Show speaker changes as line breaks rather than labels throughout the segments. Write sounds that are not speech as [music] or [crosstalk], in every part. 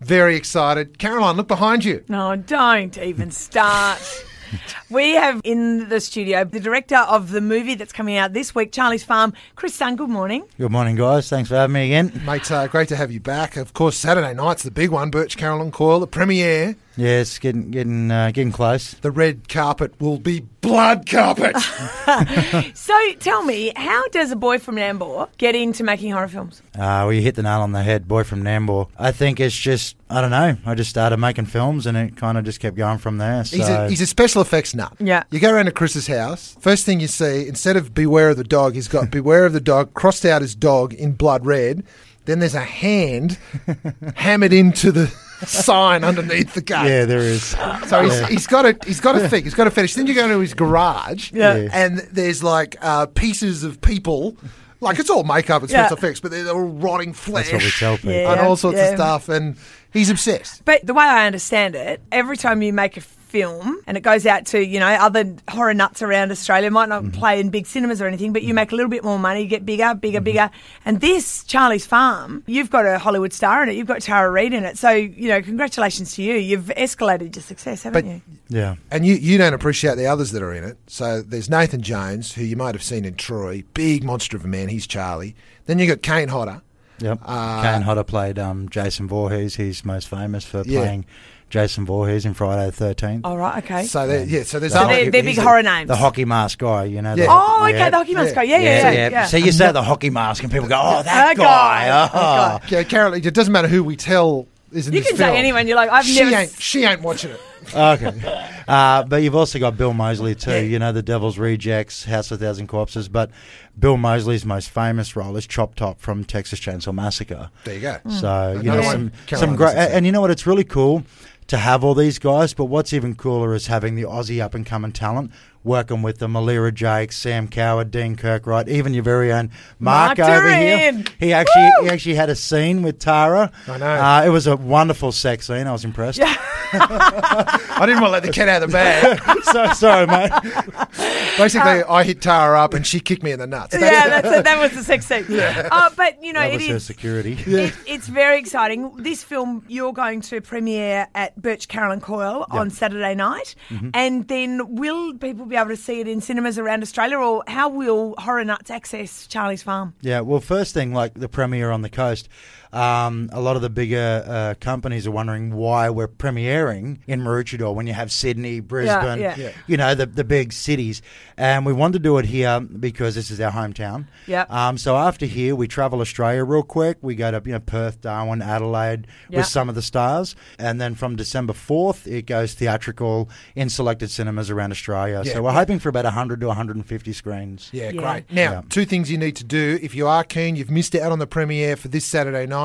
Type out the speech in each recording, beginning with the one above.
very excited. Caroline, look behind you.
No, don't even start. we have in the studio the director of the movie that's coming out this week, Charlie's Farm, Chris Sun. Good morning.
Good morning, guys. Thanks for having me again.
Mate, uh, great to have you back. Of course, Saturday night's the big one Birch, Carolyn Coyle, the premiere.
Yes, getting getting uh, getting close.
The red carpet will be blood
[laughs]
carpet.
So tell me, how does a boy from Nambour get into making horror films?
Uh, well, you hit the nail on the head, boy from Nambour. I think it's just I don't know. I just started making films, and it kind of just kept going from there. So
He's a, he's a special effects nut.
Yeah.
You go around to Chris's house, first thing you see, instead of beware of the dog, he's got beware of the dog crossed out as dog in blood red. Then there's a
[laughs]
hand hammered into the [laughs] sign underneath the gate.
yeah, there is.
So he's, he's got a he's got a thing. He's got a fetish. Then you go into his garage,
Yeah.
Yeah.
and there's like uh, pieces of people, like it's all makeup and special
Yeah.
effects, but they're, they're all rotting flesh
That's what we tell people.
Yeah.
and all sorts
yeah.
of stuff. And he's obsessed.
But the way I understand it, every time you make a film and it goes out to, you know, other horror nuts around Australia, might not play in big cinemas or anything, but you make a little bit more money, you get bigger, bigger, bigger. And this, Charlie's Farm, you've got a Hollywood star in it, you've got Tara Reid in it. So, you know, congratulations to you. You've escalated your success, haven't
But-
you?
Yeah.
And you, you don't appreciate the others that are in it. So there's Nathan Jones, who you might have seen in Troy, big monster of a man. He's Charlie. Then you got Kane Hodder.
Yep.
Uh,
Kane Hodder played um, Jason Voorhees. He's most famous for
Yeah.
playing Jason Voorhees in Friday the Thirteenth.
All right, okay. Oh, So
So there, yeah, so there's
So
other
they're, they're big
he's a-
horror names.
The hockey mask guy, you know. the
Yeah.
hockey-
oh, okay, the hockey mask
yeah,
guy. Yeah, yeah, yeah. yeah,
So you say the hockey mask, and people go, "Oh, that
That
guy."
guy,
oh.
that
Yeah, Carol, it doesn't matter who we tell is in
You
this
can say
film.
anyone. You're like, I've
she
never.
ain't she ain't watching it.
okay. [laughs] Uh, but you've also got Bill Moseley too.
Yeah.
You know the Devil's Rejects, House of Thousand Corpses. But Bill Moseley's most famous role is Chop Top from Texas Chainsaw Massacre.
There you go.
Hmm.
So you
Mm. Another
know
one
some
Caroline
some great.
doesn't see.
And you know what? It's really cool to have all these guys. But what's even cooler is having the Aussie up and coming talent. Working with the Malira Jakes, Sam Coward, Dean Kirkwright, even your very own Mark,
Mark
over
Duran.
here. He actually he actually had a scene with Tara.
I know.
Uh, it was a wonderful sex scene. I
[laughs]
was impressed. [laughs]
I didn't want to let the cat out of the bag.
so sorry, mate.
Basically, I hit Tara up and she kicked me in the nuts. That's-
yeah, that's it. that was the sex scene. Uh, but you know,
that
it
was her
is.
security.
It, it's very exciting. This film you're going to premiere at Birch Carolyn Coyle on Saturday night,
Mm-hmm.
and then will people be able to see it in cinemas around Australia, or how will Horror Nuts access Charlie's Farm?
[laughs] Yeah, well, first thing, like the premiere on the coast, um, a lot of the bigger uh, companies are wondering why we're premiering in Maroochydore when you have Sydney, Brisbane,
yeah. Yeah.
you know, the, the big cities. And we wanted to do it here because this is our hometown.
Yep.
Um, so after here, we travel Australia real quick. We go to, you know, Perth, Darwin, Adelaide
Yeah.
with some of the stars. And then from December 4th, it goes theatrical in selected cinemas around Australia.
Yeah.
So we're hoping for about 100 to 150 screens.
Yeah,
Yeah.
great. Now,
Yeah.
two things you need to do. If you are keen, you've missed out on the premiere for this Saturday night.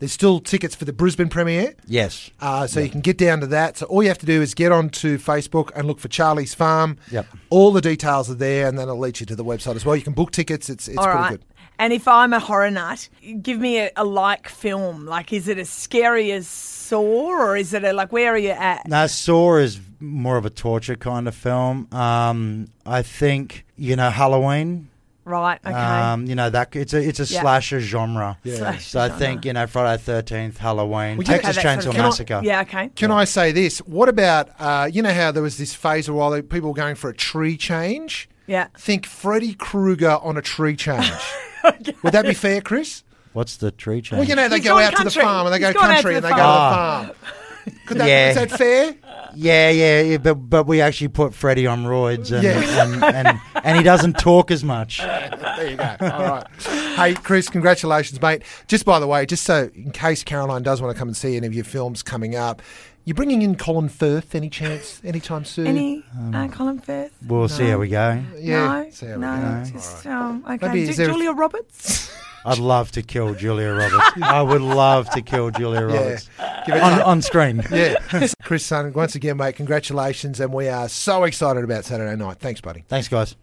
There's still tickets for the Brisbane premiere,
Yes.
uh, so you can get down to that. So all you have to do is get onto Facebook and look for Charlie's Farm.
Yep.
All the details are there, and then it'll lead you to the website as well. You can book tickets. It's it's
All
pretty
right.
good.
And if I'm a horror nut, give me a, a like film. Like, is it as scary as Saw, or is it a, like where are you at?
No, Saw is more of a torture kind of film. Um, I think you know Halloween.
Right. Okay.
Um, you know that it's a it's a
Yeah.
slasher genre.
Yeah.
Slash
So I
genre.
think you know Friday Thirteenth,
Well,
Halloween,
you-
Texas
Okay, that
Chainsaw
sort of-
Massacre.
Yeah. Okay.
Can I say this? What about uh, you know how there was this phase a while ago, people were going for a tree change? [laughs]
Yeah.
Think Freddy Krueger on a tree change. Would that be fair, Chris?
What's the tree change?
Well, you know they
He's
go
gone
out to
country.
the farm and they
He's
go
gone out
country
to
and
the
they go to the farm. Could that,
Yeah.
Is that fair?
yeah, yeah, yeah, but but we actually put Freddie on roids, and
Yeah.
and, and and he doesn't talk as much.
There you go. All right. [laughs] Hey, Chris, congratulations, mate. Just by the way, just so in case Caroline does want to come and see any of your films coming up, you bringing in Colin Firth any chance, anytime soon?
[laughs] Any
Um,
uh, Colin Firth?
We'll see how we go.
yeah.
no,
see how we
no,
go.
just um, okay.
Maybe
Ju-
is there-
Julia Roberts.
I'd love to kill Julia Roberts. I would love to kill Julia Roberts
Yeah. Give it
on on screen.
[laughs] Yeah. Chris Sun, once again, mate, congratulations. And we are so excited about Saturday night. Thanks, buddy.
Thanks, guys.